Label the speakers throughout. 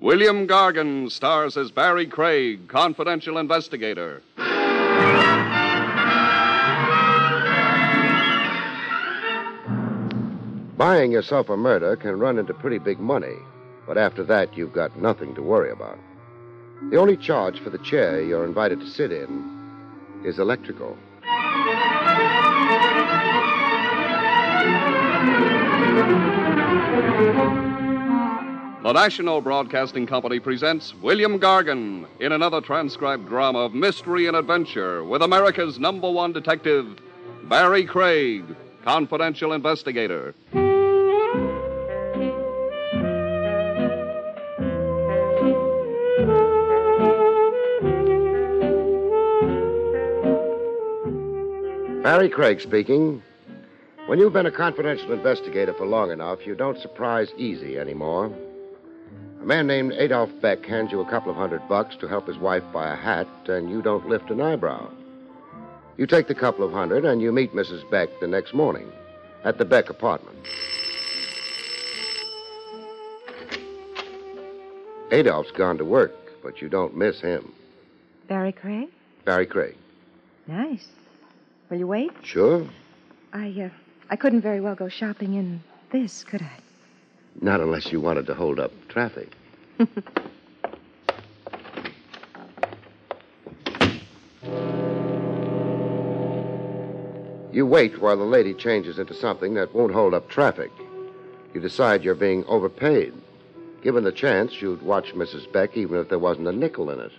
Speaker 1: William Gargan stars as Barry Craig, confidential investigator.
Speaker 2: Buying yourself a murder can run into pretty big money, but after that, you've got nothing to worry about. The only charge for the chair you're invited to sit in is electrical.
Speaker 1: The National Broadcasting Company presents William Gargan in another transcribed drama of mystery and adventure with America's number one detective, Barry Craig, confidential investigator.
Speaker 2: Barry Craig speaking. When you've been a confidential investigator for long enough, you don't surprise easy anymore. A man named Adolph Beck hands you a couple of hundred bucks to help his wife buy a hat, and you don't lift an eyebrow. You take the couple of hundred, and you meet Mrs. Beck the next morning at the Beck apartment. Adolph's gone to work, but you don't miss him.
Speaker 3: Barry Craig?
Speaker 2: Barry Craig.
Speaker 3: Nice. Will you wait?
Speaker 2: Sure?
Speaker 3: I, uh, I couldn't very well go shopping in this, could I?
Speaker 2: Not unless you wanted to hold up traffic. you wait while the lady changes into something that won't hold up traffic. You decide you're being overpaid. Given the chance, you'd watch Mrs. Beck even if there wasn't a nickel in it.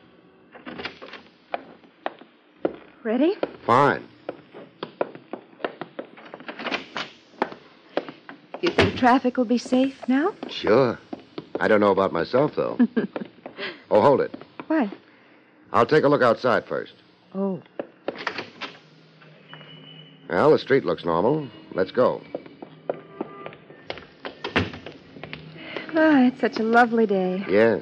Speaker 3: Ready?
Speaker 2: Fine.
Speaker 3: You think traffic will be safe now?
Speaker 2: Sure. I don't know about myself, though. oh, hold it.
Speaker 3: Why?
Speaker 2: I'll take a look outside first.
Speaker 3: Oh,
Speaker 2: Well, the street looks normal. Let's go.
Speaker 3: ah, it's such a lovely day.
Speaker 2: Yeah.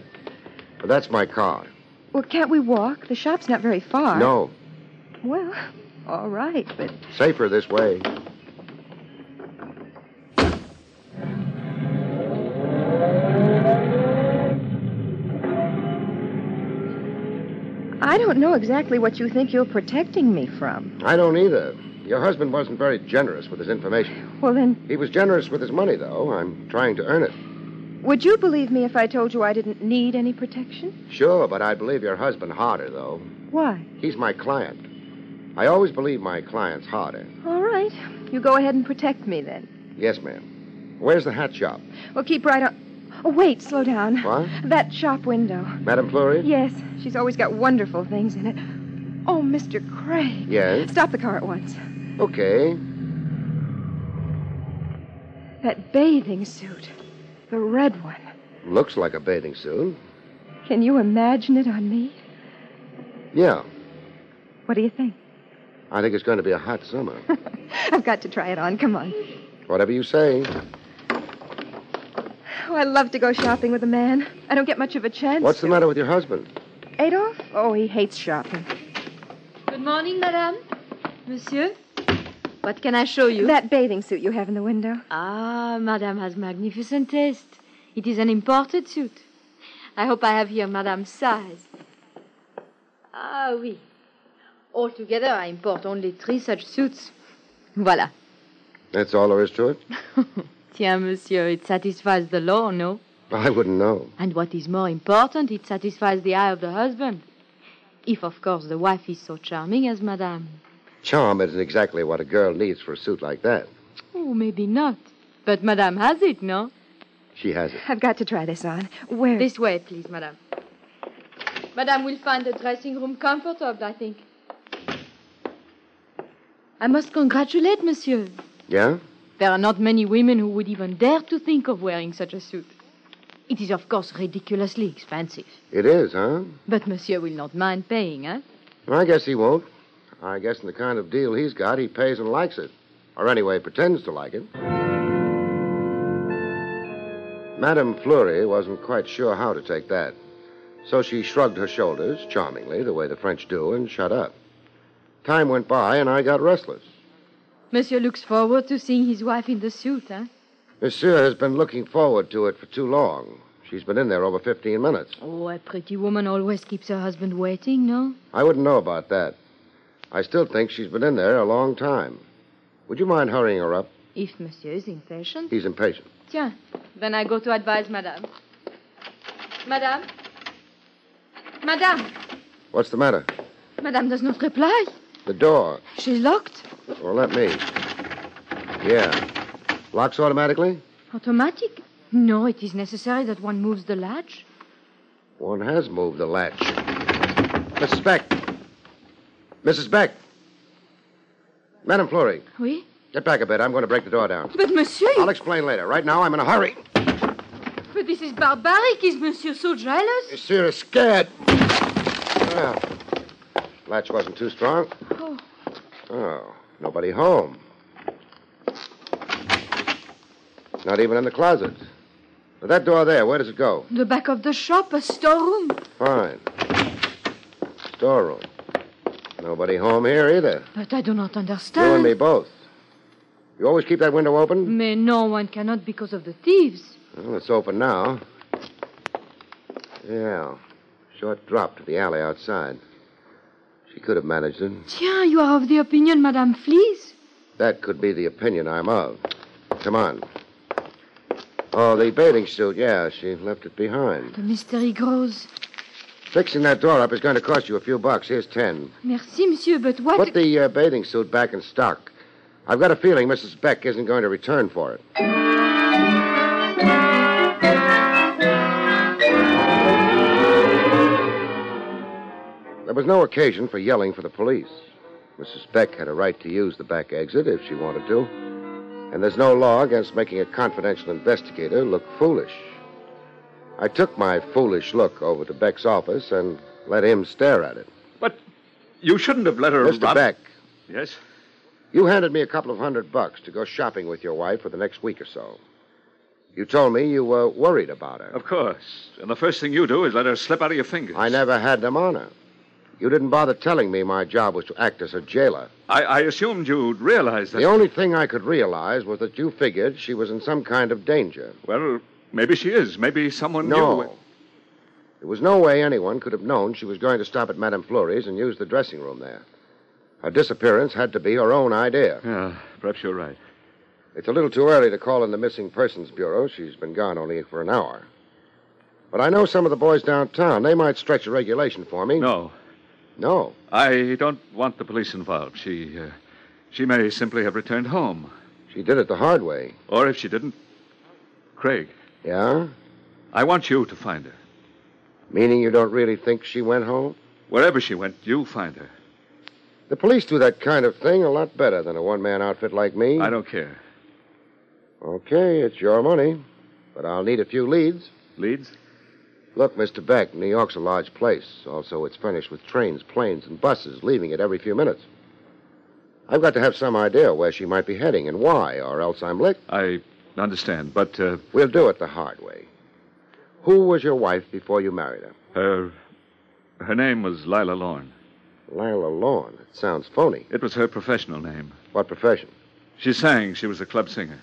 Speaker 2: But that's my car.
Speaker 3: Well, can't we walk? The shop's not very far.
Speaker 2: No,
Speaker 3: Well, all right, but
Speaker 2: safer this way.
Speaker 3: I don't know exactly what you think you're protecting me from.
Speaker 2: I don't either. Your husband wasn't very generous with his information.
Speaker 3: Well, then,
Speaker 2: He was generous with his money, though. I'm trying to earn it.
Speaker 3: would you believe me if I told you I didn't need any protection?
Speaker 2: Sure, but I believe your husband harder, though.
Speaker 3: Why?
Speaker 2: He's my client. I always believe my clients harder.
Speaker 3: All right. You go ahead and protect me then.
Speaker 2: Yes, ma'am. Where's the hat shop?
Speaker 3: Well, keep right on. Oh, wait, slow down.
Speaker 2: What?
Speaker 3: That shop window.
Speaker 2: Madame Fleury?
Speaker 3: Yes, she's always got wonderful things in it. Oh, Mr. Craig.
Speaker 2: Yes?
Speaker 3: Stop the car at once.
Speaker 2: Okay.
Speaker 3: That bathing suit, the red one.
Speaker 2: Looks like a bathing suit.
Speaker 3: Can you imagine it on me?
Speaker 2: Yeah.
Speaker 3: What do you think?
Speaker 2: I think it's going to be a hot summer.
Speaker 3: I've got to try it on. Come on.
Speaker 2: Whatever you say.
Speaker 3: Oh, I love to go shopping with a man. I don't get much of a chance.
Speaker 2: What's the matter with your husband?
Speaker 3: Adolf? Oh, he hates shopping.
Speaker 4: Good morning, madame. Monsieur. What can I show you?
Speaker 3: That bathing suit you have in the window.
Speaker 4: Ah, madame has magnificent taste. It is an imported suit. I hope I have here madame's size. Ah, oui. Altogether, I import only three such suits. Voilà.
Speaker 2: That's all there is to it?
Speaker 4: Tiens, monsieur, it satisfies the law, no?
Speaker 2: I wouldn't know.
Speaker 4: And what is more important, it satisfies the eye of the husband. If, of course, the wife is so charming as Madame.
Speaker 2: Charm isn't exactly what a girl needs for a suit like that.
Speaker 4: Oh, maybe not. But Madame has it, no?
Speaker 2: She has it.
Speaker 3: I've got to try this on. Where?
Speaker 4: This way, please, Madame. Madame will find the dressing room comfortable, I think. I must congratulate Monsieur.
Speaker 2: Yeah?
Speaker 4: There are not many women who would even dare to think of wearing such a suit. It is, of course, ridiculously expensive.
Speaker 2: It is, huh?
Speaker 4: But Monsieur will not mind paying, eh?
Speaker 2: Well, I guess he won't. I guess in the kind of deal he's got, he pays and likes it. Or anyway, pretends to like it. Madame Fleury wasn't quite sure how to take that. So she shrugged her shoulders, charmingly, the way the French do, and shut up. Time went by, and I got restless.
Speaker 4: Monsieur looks forward to seeing his wife in the suit, eh?
Speaker 2: Monsieur has been looking forward to it for too long. She's been in there over 15 minutes.
Speaker 4: Oh, a pretty woman always keeps her husband waiting, no?
Speaker 2: I wouldn't know about that. I still think she's been in there a long time. Would you mind hurrying her up?
Speaker 4: If Monsieur is impatient.
Speaker 2: He's impatient.
Speaker 4: Tiens, then I go to advise Madame. Madame? Madame!
Speaker 2: What's the matter?
Speaker 4: Madame does not reply.
Speaker 2: The door.
Speaker 4: She's locked.
Speaker 2: Well, let me. Yeah. Locks automatically?
Speaker 4: Automatic? No, it is necessary that one moves the latch.
Speaker 2: One has moved the latch. Mrs. Beck. Mrs. Beck. Madame Fleury,
Speaker 4: Oui?
Speaker 2: get back a bit. I'm going to break the door down.
Speaker 4: But Monsieur, you-
Speaker 2: I'll explain later. Right now, I'm in a hurry.
Speaker 4: but this is barbaric. Is Monsieur so jealous?
Speaker 2: Monsieur is scared. Well, latch wasn't too strong.
Speaker 4: Oh,
Speaker 2: Oh, nobody home. Not even in the closet. But that door there, where does it go?
Speaker 4: the back of the shop, a storeroom.
Speaker 2: Fine. Storeroom. Nobody home here either.
Speaker 4: But I do not understand.
Speaker 2: You and me both. You always keep that window open?
Speaker 4: Mais no, one cannot because of the thieves.
Speaker 2: Well, it's open now. Yeah. Short drop to the alley outside. She could have managed it.
Speaker 4: Tiens, you are of the opinion Madame flees?
Speaker 2: That could be the opinion I'm of. Come on. Oh, the bathing suit, yeah, she left it behind.
Speaker 4: The mystery grows.
Speaker 2: Fixing that door up is going to cost you a few bucks. Here's ten.
Speaker 4: Merci, Monsieur, but what...
Speaker 2: Put the uh, bathing suit back in stock. I've got a feeling Mrs. Beck isn't going to return for it. There was no occasion for yelling for the police. Mrs. Beck had a right to use the back exit if she wanted to. And there's no law against making a confidential investigator look foolish. I took my foolish look over to Beck's office and let him stare at it.
Speaker 5: But you shouldn't have let her
Speaker 2: Mr.
Speaker 5: rub-
Speaker 2: Beck,
Speaker 5: Yes?
Speaker 2: You handed me a couple of hundred bucks to go shopping with your wife for the next week or so. You told me you were worried about her.
Speaker 5: Of course. And the first thing you do is let her slip out of your fingers.
Speaker 2: I never had them on her. You didn't bother telling me my job was to act as her jailer.
Speaker 5: I, I assumed you'd realize that.
Speaker 2: The only thing I could realize was that you figured she was in some kind of danger.
Speaker 5: Well, maybe she is. Maybe someone knew.
Speaker 2: No. There was no way anyone could have known she was going to stop at Madame Fleury's and use the dressing room there. Her disappearance had to be her own idea.
Speaker 5: Yeah, perhaps you're right.
Speaker 2: It's a little too early to call in the Missing Persons Bureau. She's been gone only for an hour. But I know some of the boys downtown. They might stretch a regulation for me.
Speaker 5: No,
Speaker 2: No.
Speaker 5: I don't want the police involved. She, uh, she may simply have returned home.
Speaker 2: She did it the hard way.
Speaker 5: Or if she didn't, Craig,
Speaker 2: Yeah?
Speaker 5: I want you to find her.
Speaker 2: Meaning you don't really think she went home?
Speaker 5: Wherever she went, you find her.
Speaker 2: The police do that kind of thing a lot better than a one man outfit like me.
Speaker 5: I don't care.
Speaker 2: Okay, it's your money. But I'll need a few leads.
Speaker 5: Leeds?
Speaker 2: Look, Mr. Beck, New York's a large place. Also, it's furnished with trains, planes, and buses, leaving it every few minutes. I've got to have some idea where she might be heading and why, or else I'm licked.
Speaker 5: I understand, but uh,
Speaker 2: We'll do it the hard way. Who was your wife before you married her?
Speaker 5: her, her name was Lila Lorne.
Speaker 2: Lila Lorne. It sounds phony.
Speaker 5: It was her professional name.
Speaker 2: What profession?
Speaker 5: She sang. She was a club singer.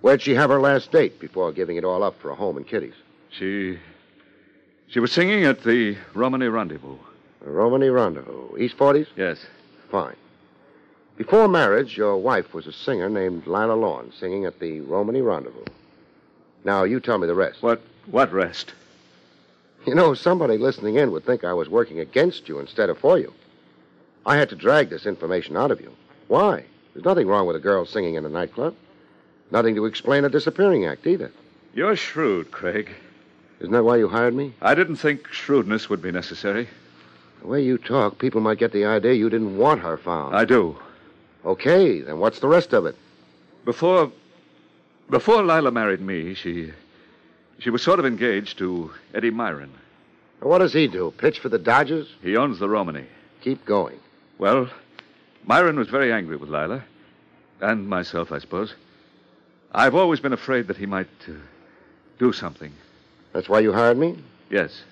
Speaker 2: Where'd she have her last date before giving it all up for a home and kiddies?
Speaker 5: She, she was singing at the Romany Rendezvous.
Speaker 2: A Romany rendezvous. East 40s?
Speaker 5: Yes.
Speaker 2: Fine. Before marriage, your wife was a singer named Lila Lorne, singing at the Romany Rendezvous. Now, you tell me the rest.
Speaker 5: What What rest?
Speaker 2: You know, somebody listening in would think I was working against you instead of for you. I had to drag this information out of you. Why? There's nothing wrong with a girl singing in a nightclub. Nothing to explain a disappearing act either.
Speaker 5: You're shrewd, Craig.
Speaker 2: Isn't that why you hired me?
Speaker 5: I didn't think shrewdness would be necessary.
Speaker 2: The way you talk, people might get the idea you didn't want her found.
Speaker 5: I do.
Speaker 2: Okay, then what's the rest of it?
Speaker 5: Before. Before Lila married me, she. She was sort of engaged to Eddie Myron.
Speaker 2: What does he do? Pitch for the Dodgers?
Speaker 5: He owns the Romany.
Speaker 2: Keep going.
Speaker 5: Well, Myron was very angry with Lila. And myself, I suppose. I've always been afraid that he might uh, do something.
Speaker 2: That's why you hired me?
Speaker 5: Yes.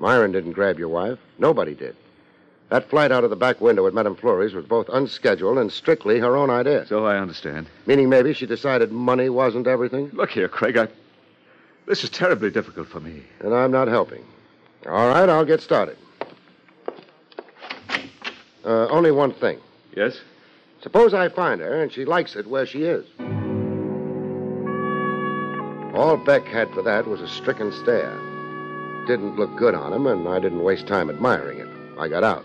Speaker 2: Myron didn't grab your wife. Nobody did. That flight out of the back window at Madame Fleury's was both unscheduled and strictly her own idea.
Speaker 5: So I understand.
Speaker 2: Meaning maybe she decided money wasn't everything?
Speaker 5: Look here, Craig. I. This is terribly difficult for me.
Speaker 2: And I'm not helping. All right, I'll get started. Uh, only one thing.
Speaker 5: Yes?
Speaker 2: Suppose I find her and she likes it where she is. All Beck had for that was a stricken stare. Didn't look good on him, and I didn't waste time admiring it. I got out.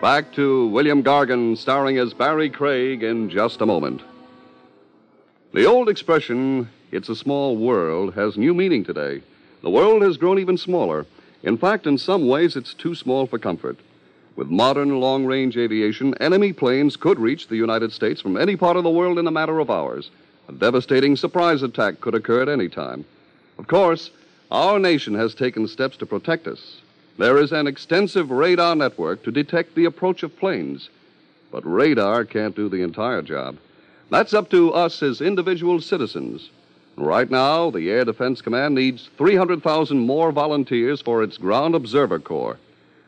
Speaker 1: Back to William Gargan, starring as Barry Craig, in just a moment. The old expression, it's a small world, has new meaning today. The world has grown even smaller. In fact, in some ways, it's too small for comfort. With modern long range aviation, enemy planes could reach the United States from any part of the world in a matter of hours. A devastating surprise attack could occur at any time. Of course, our nation has taken steps to protect us. There is an extensive radar network to detect the approach of planes. But radar can't do the entire job. That's up to us as individual citizens. Right now, the Air Defense Command needs 300,000 more volunteers for its Ground Observer Corps.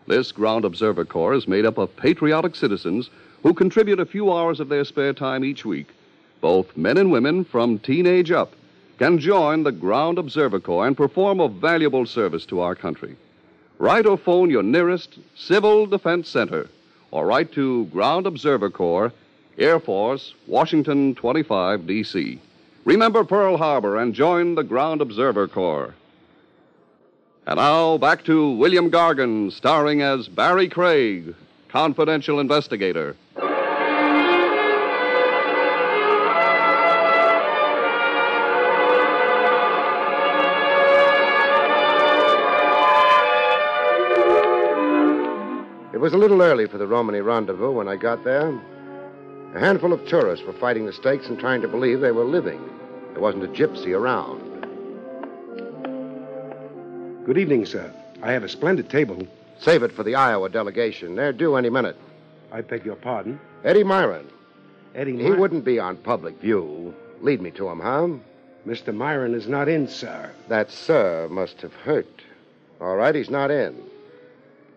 Speaker 1: This Ground Observer Corps is made up of patriotic citizens who contribute a few hours of their spare time each week. Both men and women from teenage up can join the Ground Observer Corps and perform a valuable service to our country. Write or phone your nearest Civil Defense Center or write to Ground Observer Corps, Air Force, Washington 25, D.C. Remember Pearl Harbor and join the Ground Observer Corps. And now back to William Gargan, starring as Barry Craig, confidential investigator.
Speaker 2: It was a little early for the Romany rendezvous when I got there. A handful of tourists were fighting the stakes and trying to believe they were living. There wasn't a gypsy around.
Speaker 6: Good evening, sir. I have a splendid table.
Speaker 2: Save it for the Iowa delegation. They're due any minute.
Speaker 6: I beg your pardon.
Speaker 2: Eddie Myron.
Speaker 6: Eddie
Speaker 2: He
Speaker 6: Myron.
Speaker 2: wouldn't be on public view. Lead me to him, huh?
Speaker 6: Mr. Myron is not in, sir.
Speaker 2: That sir must have hurt. All right, he's not in.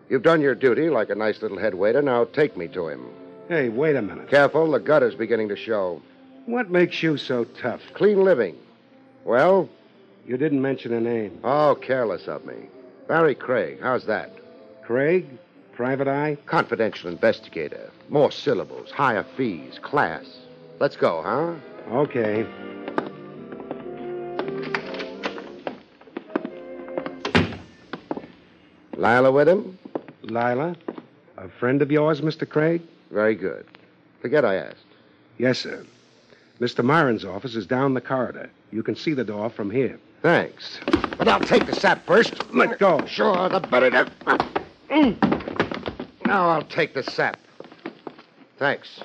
Speaker 2: You've done your duty like a nice little head waiter. Now take me to him.
Speaker 6: Hey, wait a minute.
Speaker 2: Careful, the gutter's beginning to show.
Speaker 6: What makes you so tough?
Speaker 2: Clean living. Well,
Speaker 6: You didn't mention a name.
Speaker 2: oh, careless of me. Barry Craig, how's that?
Speaker 6: Craig? Private Eye?
Speaker 2: Confidential investigator. More syllables, higher fees, class. Let's go, huh?
Speaker 6: Okay.
Speaker 2: Lila with him?
Speaker 6: Lila? A friend of yours, Mr. Craig?
Speaker 2: Very good. Forget I asked.
Speaker 6: Yes, sir. Mr. Myron's office is down the corridor. You can see the door from here.
Speaker 2: Thanks. But I'll take the sap first.
Speaker 6: Let go.
Speaker 2: Sure, the better. The... Mm. Now I'll take the sap. Thanks.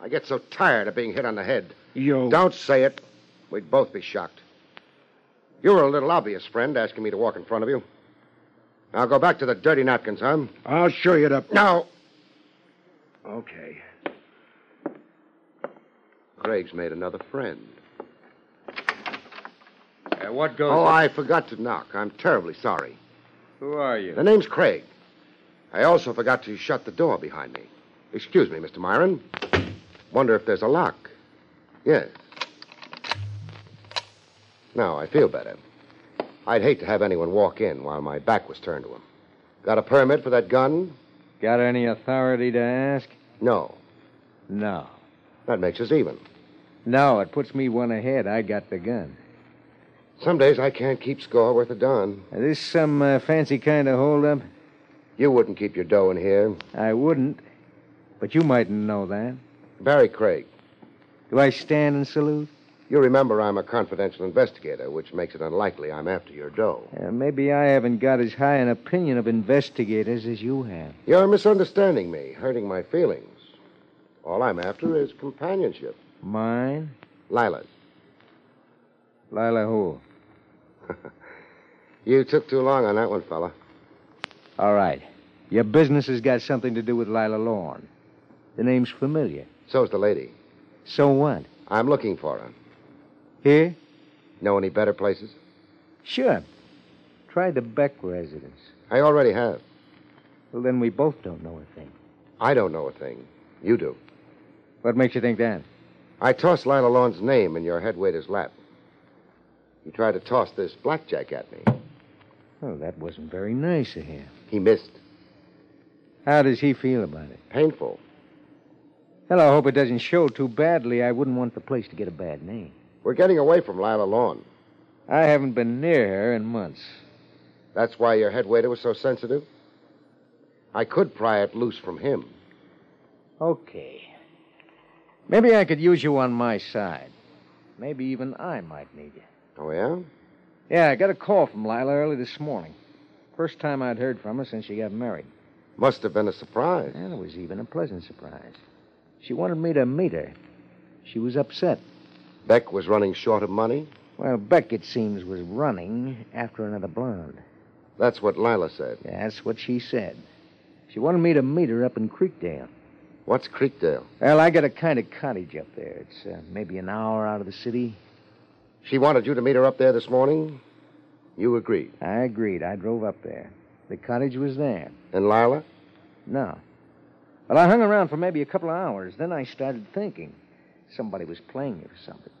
Speaker 2: I get so tired of being hit on the head.
Speaker 7: Oh.
Speaker 6: You.
Speaker 2: Don't say it. We'd both be shocked. You were a little obvious, friend, asking me to walk in front of you. Now go back to the dirty napkins, huh?
Speaker 6: I'll show you the.
Speaker 2: Now.
Speaker 6: Okay.
Speaker 2: Craig's made another friend.
Speaker 7: Uh,
Speaker 6: what goes.
Speaker 2: Oh, I forgot to knock. I'm terribly sorry.
Speaker 6: Who are you?
Speaker 2: The name's Craig. I also forgot to shut the door behind me. Excuse me, Mr. Myron. Wonder if there's a lock. Yes. Now, I feel better. I'd hate to have anyone walk in while my back was turned to him. Got a permit for that gun?
Speaker 7: Got any authority to ask?
Speaker 2: No.
Speaker 7: No.
Speaker 2: That makes us even.
Speaker 7: No, it puts me one ahead. I got the gun.
Speaker 2: Some days I can't keep score worth a darn.
Speaker 7: Is this some uh, fancy kind of holdup?
Speaker 2: You wouldn't keep your dough in here.
Speaker 7: I wouldn't, but you mightn't know that.
Speaker 2: Barry Craig,
Speaker 7: Do I stand and salute?
Speaker 2: you remember I'm a confidential investigator, which makes it unlikely I'm after your dough.
Speaker 7: Uh, maybe I haven't got as high an opinion of investigators as you have.
Speaker 2: You're misunderstanding me, hurting my feelings. All I'm after is companionship.
Speaker 7: Mine?
Speaker 2: Lila's.
Speaker 7: Lila who?
Speaker 2: You took too long on that one, fella.
Speaker 7: All right. Your business has got something to do with Lila Lorne. The name's familiar.
Speaker 2: So's the lady.
Speaker 7: So what?
Speaker 2: I'm looking for her.
Speaker 7: Here?
Speaker 2: Know any better places?
Speaker 7: Sure. Try the Beck residence.
Speaker 2: I already have.
Speaker 7: Well, then we both don't know a thing.
Speaker 2: I don't know a thing. You do.
Speaker 7: What makes you think that?
Speaker 2: I tossed Lila Lorne's name in your head waiter's lap. You tried to toss this blackjack at me.
Speaker 7: Well, that wasn't very nice of him.
Speaker 2: He missed.
Speaker 7: How does he feel about it?
Speaker 2: Painful.
Speaker 7: Well, I hope it doesn't show too badly. I wouldn't want the place to get a bad name.
Speaker 2: We're getting away from Lila Lorne.
Speaker 7: I haven't been near her in months.
Speaker 2: That's why your head waiter was so sensitive? I could pry it loose from him.
Speaker 7: Okay. Maybe I could use you on my side. Maybe even I might need you.
Speaker 2: Oh, yeah?
Speaker 7: Yeah, I got a call from Lila early this morning. First time I'd heard from her since she got married.
Speaker 2: Must have been a surprise.
Speaker 7: And it was even a pleasant surprise. She wanted me to meet her. She was upset.
Speaker 2: Beck was running short of money.
Speaker 7: Well, Beck, it seems, was running after another blonde.
Speaker 2: That's what Lila said.
Speaker 7: That's what she said. She wanted me to meet her up in Creekdale.
Speaker 2: What's Creekdale?
Speaker 7: Well, I got a kind of cottage up there. It's uh, maybe an hour out of the city.
Speaker 2: She wanted you to meet her up there this morning? You agreed.
Speaker 7: I agreed. I drove up there. The cottage was there.
Speaker 2: And Lila?
Speaker 7: No. Well, I hung around for maybe a couple of hours. Then I started thinking somebody was playing me for something.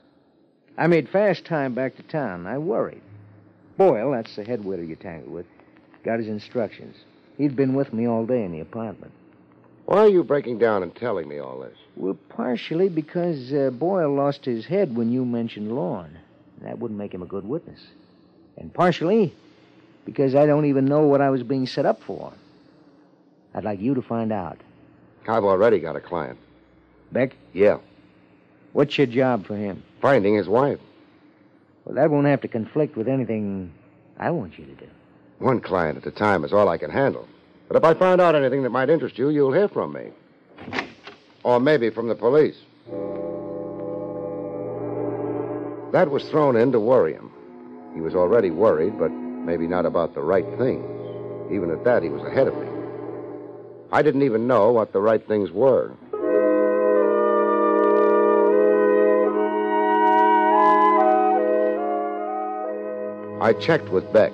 Speaker 7: I made fast time back to town. I worried. Boyle, that's the head waiter you tangled with, got his instructions. He'd been with me all day in the apartment.
Speaker 2: Why are you breaking down and telling me all this?
Speaker 7: Well, partially because uh, Boyle lost his head when you mentioned Lorne. That wouldn't make him a good witness. And partially because I don't even know what I was being set up for. I'd like you to find out.
Speaker 2: I've already got a client.
Speaker 7: Beck,
Speaker 2: Yeah.
Speaker 7: what's your job for him?
Speaker 2: Finding his wife.
Speaker 7: Well, that won't have to conflict with anything I want you to do.
Speaker 2: One client at a time is all I can handle. But if I find out anything that might interest you, you'll hear from me. Or maybe from the police. That was thrown in to worry him. He was already worried, but maybe not about the right things. Even at that, he was ahead of me. I didn't even know what the right things were. I checked with Beck.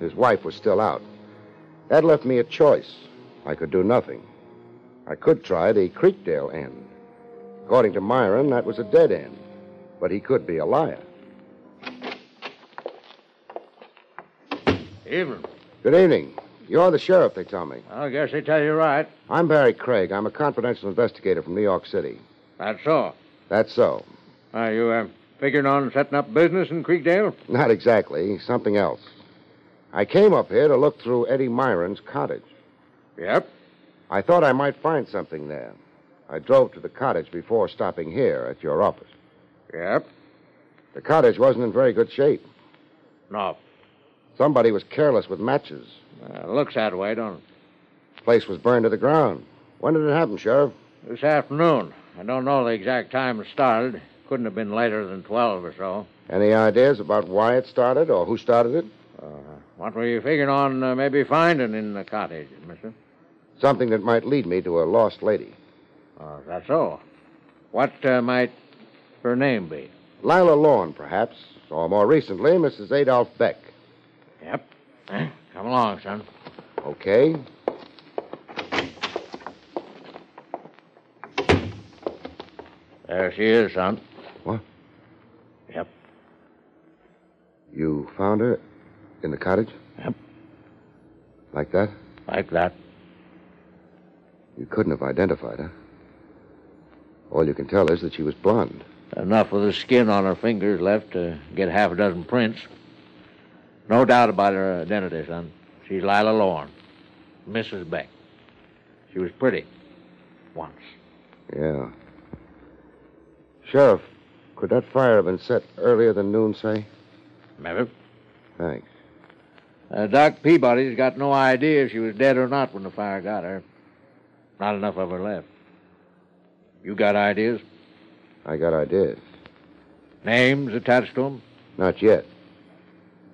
Speaker 2: His wife was still out. That left me a choice. I could do nothing. I could try the Creekdale end. According to Myron, that was a dead end. But he could be a liar.
Speaker 7: Evening.
Speaker 2: Good evening. You're the sheriff, they tell me.
Speaker 7: I guess they tell you right.
Speaker 2: I'm Barry Craig. I'm a confidential investigator from New York City.
Speaker 7: That's all.
Speaker 2: That's so.
Speaker 7: Are you uh, figuring on setting up business in Creekdale?
Speaker 2: Not exactly. Something else. I came up here to look through Eddie Myron's cottage.
Speaker 7: Yep.
Speaker 2: I thought I might find something there. I drove to the cottage before stopping here at your office.
Speaker 7: Yep.
Speaker 2: The cottage wasn't in very good shape.
Speaker 7: No.
Speaker 2: Somebody was careless with matches.
Speaker 7: looks that way, don't
Speaker 2: The place was burned to the ground. When did it happen, Sheriff?
Speaker 7: it? This afternoon. I don't know the exact time it started. Couldn't have been later than 12 or so.
Speaker 2: Any ideas about why it started or who started it?
Speaker 7: Uh, What were you figuring on uh, maybe finding in the cottage, mister?
Speaker 2: Something that might lead me to a lost lady.
Speaker 7: Oh, that's so. What uh, might her name be?
Speaker 2: Lila Lorne, perhaps, or more recently, Mrs. Adolph Beck.
Speaker 7: Yep. Come along, son.
Speaker 2: Okay?
Speaker 7: There she is, son.
Speaker 2: What?
Speaker 7: Yep.
Speaker 2: You found her in the cottage?
Speaker 7: Yep.
Speaker 2: Like that?
Speaker 8: Like that.
Speaker 2: You couldn't have identified her. All you can tell is that she was blonde.
Speaker 8: Enough of the skin on her fingers left to get half a dozen prints. No doubt about her identity, son. She's Lila Lorne, Mrs. Beck. She was pretty. Once.
Speaker 2: Yeah. Sheriff, could that fire have been set earlier than noon, say?
Speaker 8: Remember?
Speaker 2: Thanks.
Speaker 8: Uh, Doc Peabody's got no idea if she was dead or not when the fire got her. Not enough of her left. You got ideas?
Speaker 2: I got ideas.
Speaker 8: Names attached to 'em?
Speaker 2: Not yet.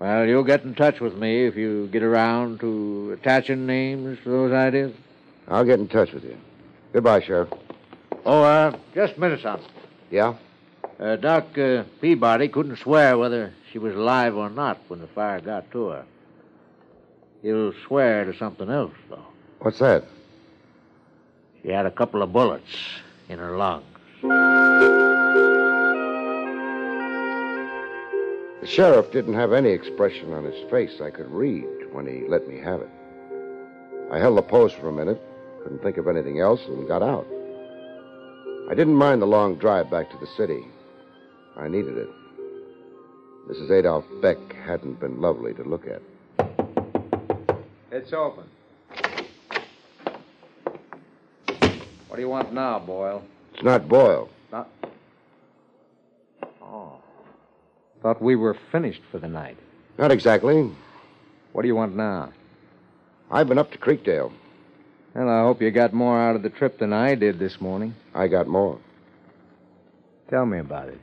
Speaker 8: Well, you'll get in touch with me if you get around to attaching names to those ideas.
Speaker 2: I'll get in touch with you. Goodbye, Sheriff.
Speaker 8: Oh, uh, just a minute, son.
Speaker 2: Yeah?
Speaker 8: Uh, Doc uh, Peabody couldn't swear whether she was alive or not when the fire got to her. He'll swear to something else, though.
Speaker 2: What's that?
Speaker 8: She had a couple of bullets in her lung.
Speaker 2: The sheriff didn't have any expression on his face I could read when he let me have it. I held the post for a minute, couldn't think of anything else, and got out. I didn't mind the long drive back to the city. I needed it. Mrs. Adolph Beck hadn't been lovely to look at.
Speaker 9: It's open. What do you want now, Boyle?
Speaker 2: It's not Boyle.
Speaker 9: Not... Oh.
Speaker 10: Thought we were finished for the night.
Speaker 2: Not exactly.
Speaker 10: What do you want now?
Speaker 2: I've been up to Creekdale.
Speaker 10: Well, I hope you got more out of the trip than I did this morning.
Speaker 2: I got more.
Speaker 10: Tell me about it.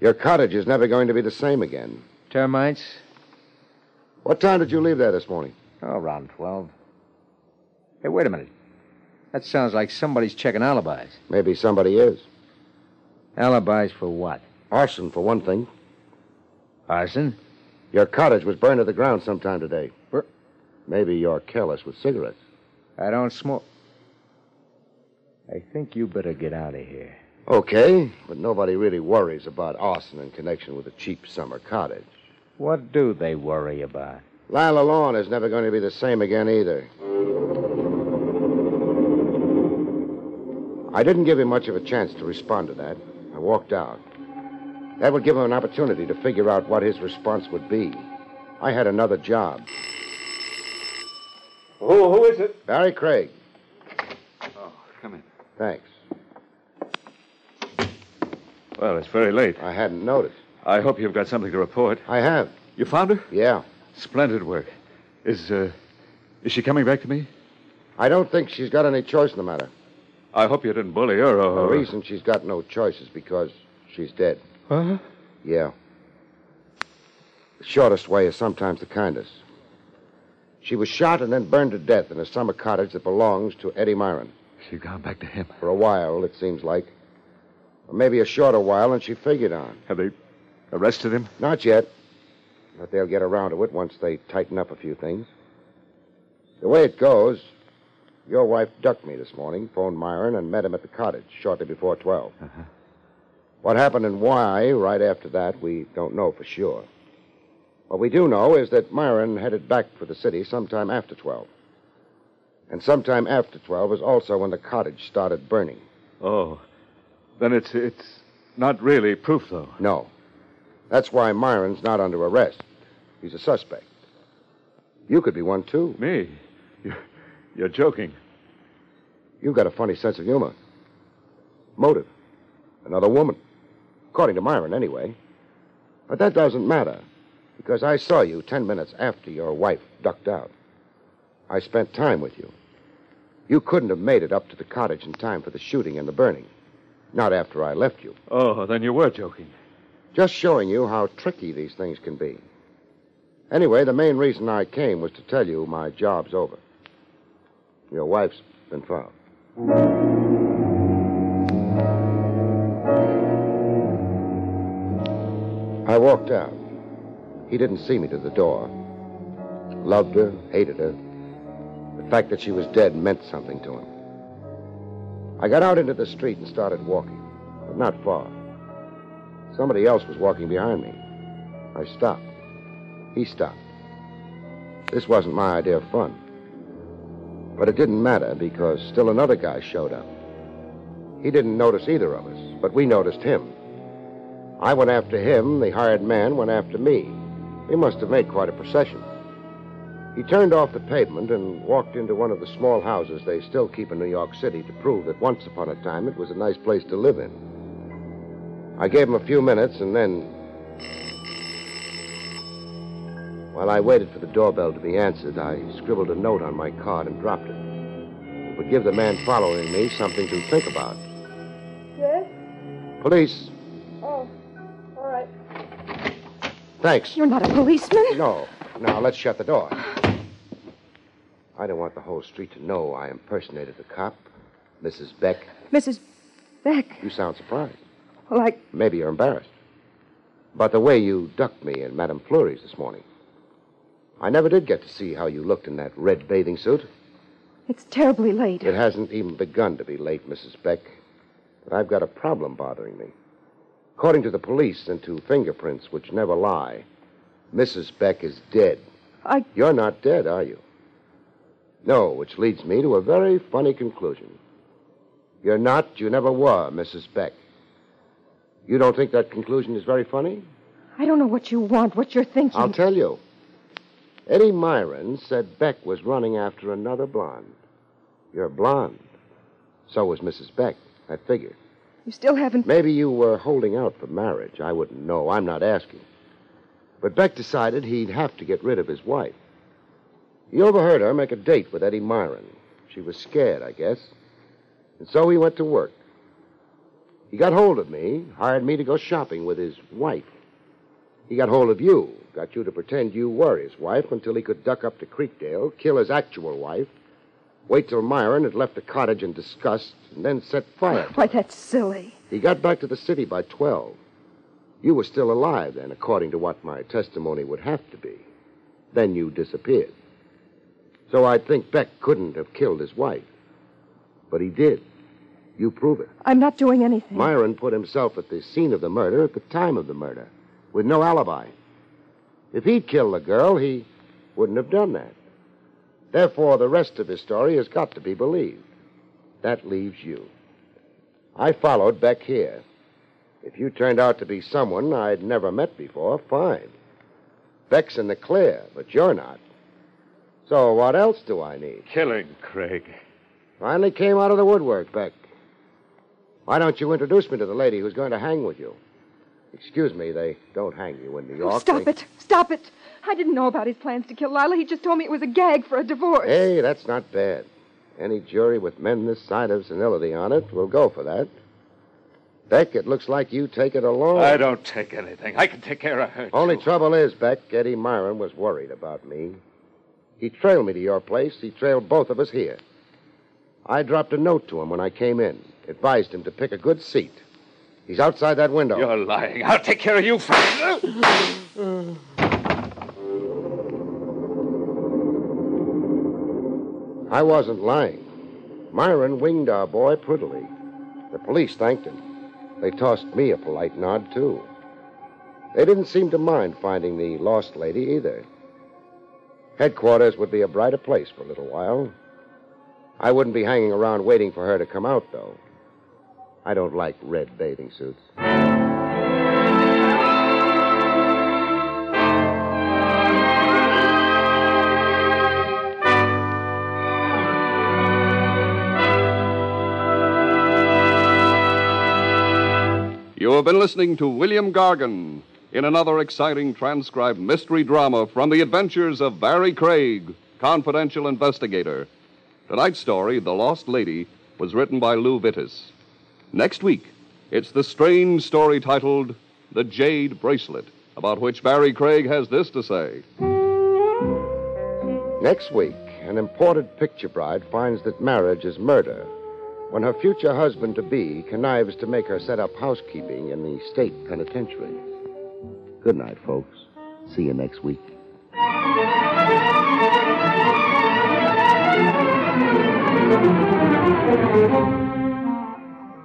Speaker 2: Your cottage is never going to be the same again.
Speaker 10: Termites?
Speaker 2: What time did you leave there this morning?
Speaker 10: Oh, around 12. Hey, wait a minute. That sounds like somebody's checking alibis.
Speaker 2: Maybe somebody is.
Speaker 10: Alibis for what?
Speaker 2: Arson, for one thing.
Speaker 10: Arson?
Speaker 2: Your cottage was burned to the ground sometime today.
Speaker 10: Bur-
Speaker 2: Maybe you're careless with cigarettes.
Speaker 10: I don't smoke. I think you better get out of here.
Speaker 2: Okay, but nobody really worries about arson in connection with a cheap summer cottage.
Speaker 10: What do they worry about?
Speaker 2: Lila Lawn is never going to be the same again either. I didn't give him much of a chance to respond to that. I walked out. That would give him an opportunity to figure out what his response would be. I had another job.
Speaker 9: Who, who is it?
Speaker 2: Barry Craig.
Speaker 5: Oh, come in.
Speaker 2: Thanks.
Speaker 5: Well, it's very late.
Speaker 2: I hadn't noticed.
Speaker 5: I hope you've got something to report.
Speaker 2: I have.
Speaker 5: You found her?
Speaker 2: Yeah.
Speaker 5: Splendid work. Is, uh, is she coming back to me?
Speaker 2: I don't think she's got any choice in the matter.
Speaker 5: I hope you didn't bully her
Speaker 10: Oh.
Speaker 5: or.
Speaker 2: The reason she's got no choice is because she's dead.
Speaker 5: Huh?
Speaker 2: Yeah. The shortest way is sometimes the kindest. She was shot and then burned to death in a summer cottage that belongs to Eddie Myron.
Speaker 5: She's gone back to him.
Speaker 2: For a while, it seems like. Or maybe a shorter while than she figured on.
Speaker 5: Have they arrested him?
Speaker 2: Not yet. But they'll get around to it once they tighten up a few things. The way it goes, your wife ducked me this morning, phoned Myron, and met him at the cottage shortly before 12.
Speaker 5: Uh-huh.
Speaker 2: What happened and why, right after that, we don't know for sure. What we do know is that Myron headed back for the city sometime after 12. And sometime after 12 is also when the cottage started burning.
Speaker 5: Oh. Then it's, it's not really proof, though.
Speaker 2: No. That's why Myron's not under arrest. He's a suspect. You could be one, too.
Speaker 5: Me? You're, you're joking.
Speaker 2: You've got a funny sense of humor. Motive. Another woman. According to Myron, anyway. But that doesn't matter, because I saw you ten minutes after your wife ducked out. I spent time with you. You couldn't have made it up to the cottage in time for the shooting and the burning. Not after I left you.
Speaker 5: Oh, then you were joking.
Speaker 2: Just showing you how tricky these things can be. Anyway, the main reason I came was to tell you my job's over. Your wife's been found. I walked out. He didn't see me to the door. Loved her, hated her. The fact that she was dead meant something to him. I got out into the street and started walking, but not far. Somebody else was walking behind me. I stopped. He stopped. This wasn't my idea of fun. But it didn't matter because still another guy showed up. He didn't notice either of us, but we noticed him. I went after him, the hired man went after me. We must have made quite a procession. He turned off the pavement and walked into one of the small houses they still keep in New York City to prove that once upon a time it was a nice place to live in. I gave him a few minutes and then. While I waited for the doorbell to be answered, I scribbled a note on my card and dropped it. It would give the man following me something to think about.
Speaker 3: Yes?
Speaker 2: Police,
Speaker 3: Oh, all right.
Speaker 2: thanks.
Speaker 3: You're not a policeman?
Speaker 2: No. Now, let's shut the door. I don't want the whole street to know I impersonated the cop. Mrs. Beck,
Speaker 3: Mrs. Beck.
Speaker 2: you sound surprised.
Speaker 3: Well, I.
Speaker 2: Maybe you're embarrassed. But the way you ducked me and Madame Fleury's this morning, I never did get to see how you looked in that red bathing suit.
Speaker 3: It's terribly late.
Speaker 2: It hasn't even begun to be late, Mrs. Beck. But I've got a problem bothering me. According to the police and to fingerprints, which never lie, Mrs. Beck is dead.
Speaker 3: I.
Speaker 2: You're not dead, are you? No, which leads me to a very funny conclusion. You're not, you never were, Mrs. Beck. You don't think that conclusion is very funny?
Speaker 3: I don't know what you want, what you're thinking.
Speaker 2: I'll tell you. Eddie Myron said Beck was running after another blonde. You're blonde. So was Mrs. Beck. I figure.
Speaker 3: You still haven't.
Speaker 2: Maybe you were holding out for marriage. I wouldn't know. I'm not asking. But Beck decided he'd have to get rid of his wife. He overheard her make a date with Eddie Myron. She was scared, I guess. And so he went to work. He got hold of me, hired me to go shopping with his wife. He got hold of you, got you to pretend you were his wife until he could duck up to Creekdale, kill his actual wife, wait till Myron had left the cottage in disgust, and then set fire
Speaker 3: Why, that's silly.
Speaker 2: he got back to the city by 12. You were still alive then, according to what my testimony would have to be. Then you disappeared. So I think Beck couldn't have killed his wife. But he did. You prove it.
Speaker 3: I'm not doing anything.
Speaker 2: Myron put himself at the scene of the murder at the time of the murder, with no alibi. If he'd killed the girl, he wouldn't have done that. Therefore, the rest of his story has got to be believed. That leaves you. I followed Beck here. If you turned out to be someone I'd never met before, fine. Beck's in the clear, but you're not. So what else do I need?
Speaker 5: Killing, Craig.
Speaker 2: Finally came out of the woodwork, Beck. Why don't you introduce me to the lady who's going to hang with you? Excuse me, they don't hang you in New York.
Speaker 3: Oh, stop
Speaker 2: They-
Speaker 3: it. Stop it. I didn't know about his plans to kill Lila. He just told me it was a gag for a divorce.
Speaker 2: Hey, that's not bad. Any jury with men this side of senility on it will go for that. Beck, it looks like you take it alone.
Speaker 5: I don't take anything. I can take care of her.
Speaker 2: Only trouble is, Beck, Eddie Myron was worried about me. He trailed me to your place. He trailed both of us here. I dropped a note to him when I came in, advised him to pick a good seat. He's outside that window.
Speaker 5: You're lying. I'll take care of you.
Speaker 2: I wasn't lying. Myron winged our boy prettily. The police thanked him. They tossed me a polite nod, too. They didn't seem to mind finding the lost lady either. Headquarters would be a brighter place for a little while. I wouldn't be hanging around waiting for her to come out, though. I don't like red bathing suits.
Speaker 1: You have been listening to William Gargan in another exciting transcribed mystery drama from the adventures of Barry Craig, confidential investigator. Tonight's story, The Lost Lady, was written by Lou Vittis. Next week, it's the strange story titled The Jade Bracelet, about which Barry Craig has this to say.
Speaker 2: Next week, an imported picture bride finds that marriage is murder when her future husband to be connives to make her set up housekeeping in the state penitentiary. Good night, folks. See you next week.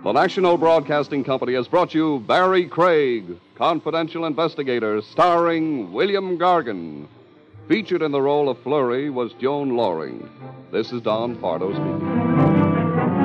Speaker 1: The National Broadcasting Company has brought you Barry Craig, confidential investigator, starring William Gargan. Featured in the role of Flurry was Joan Loring. This is Don Fardo speaking.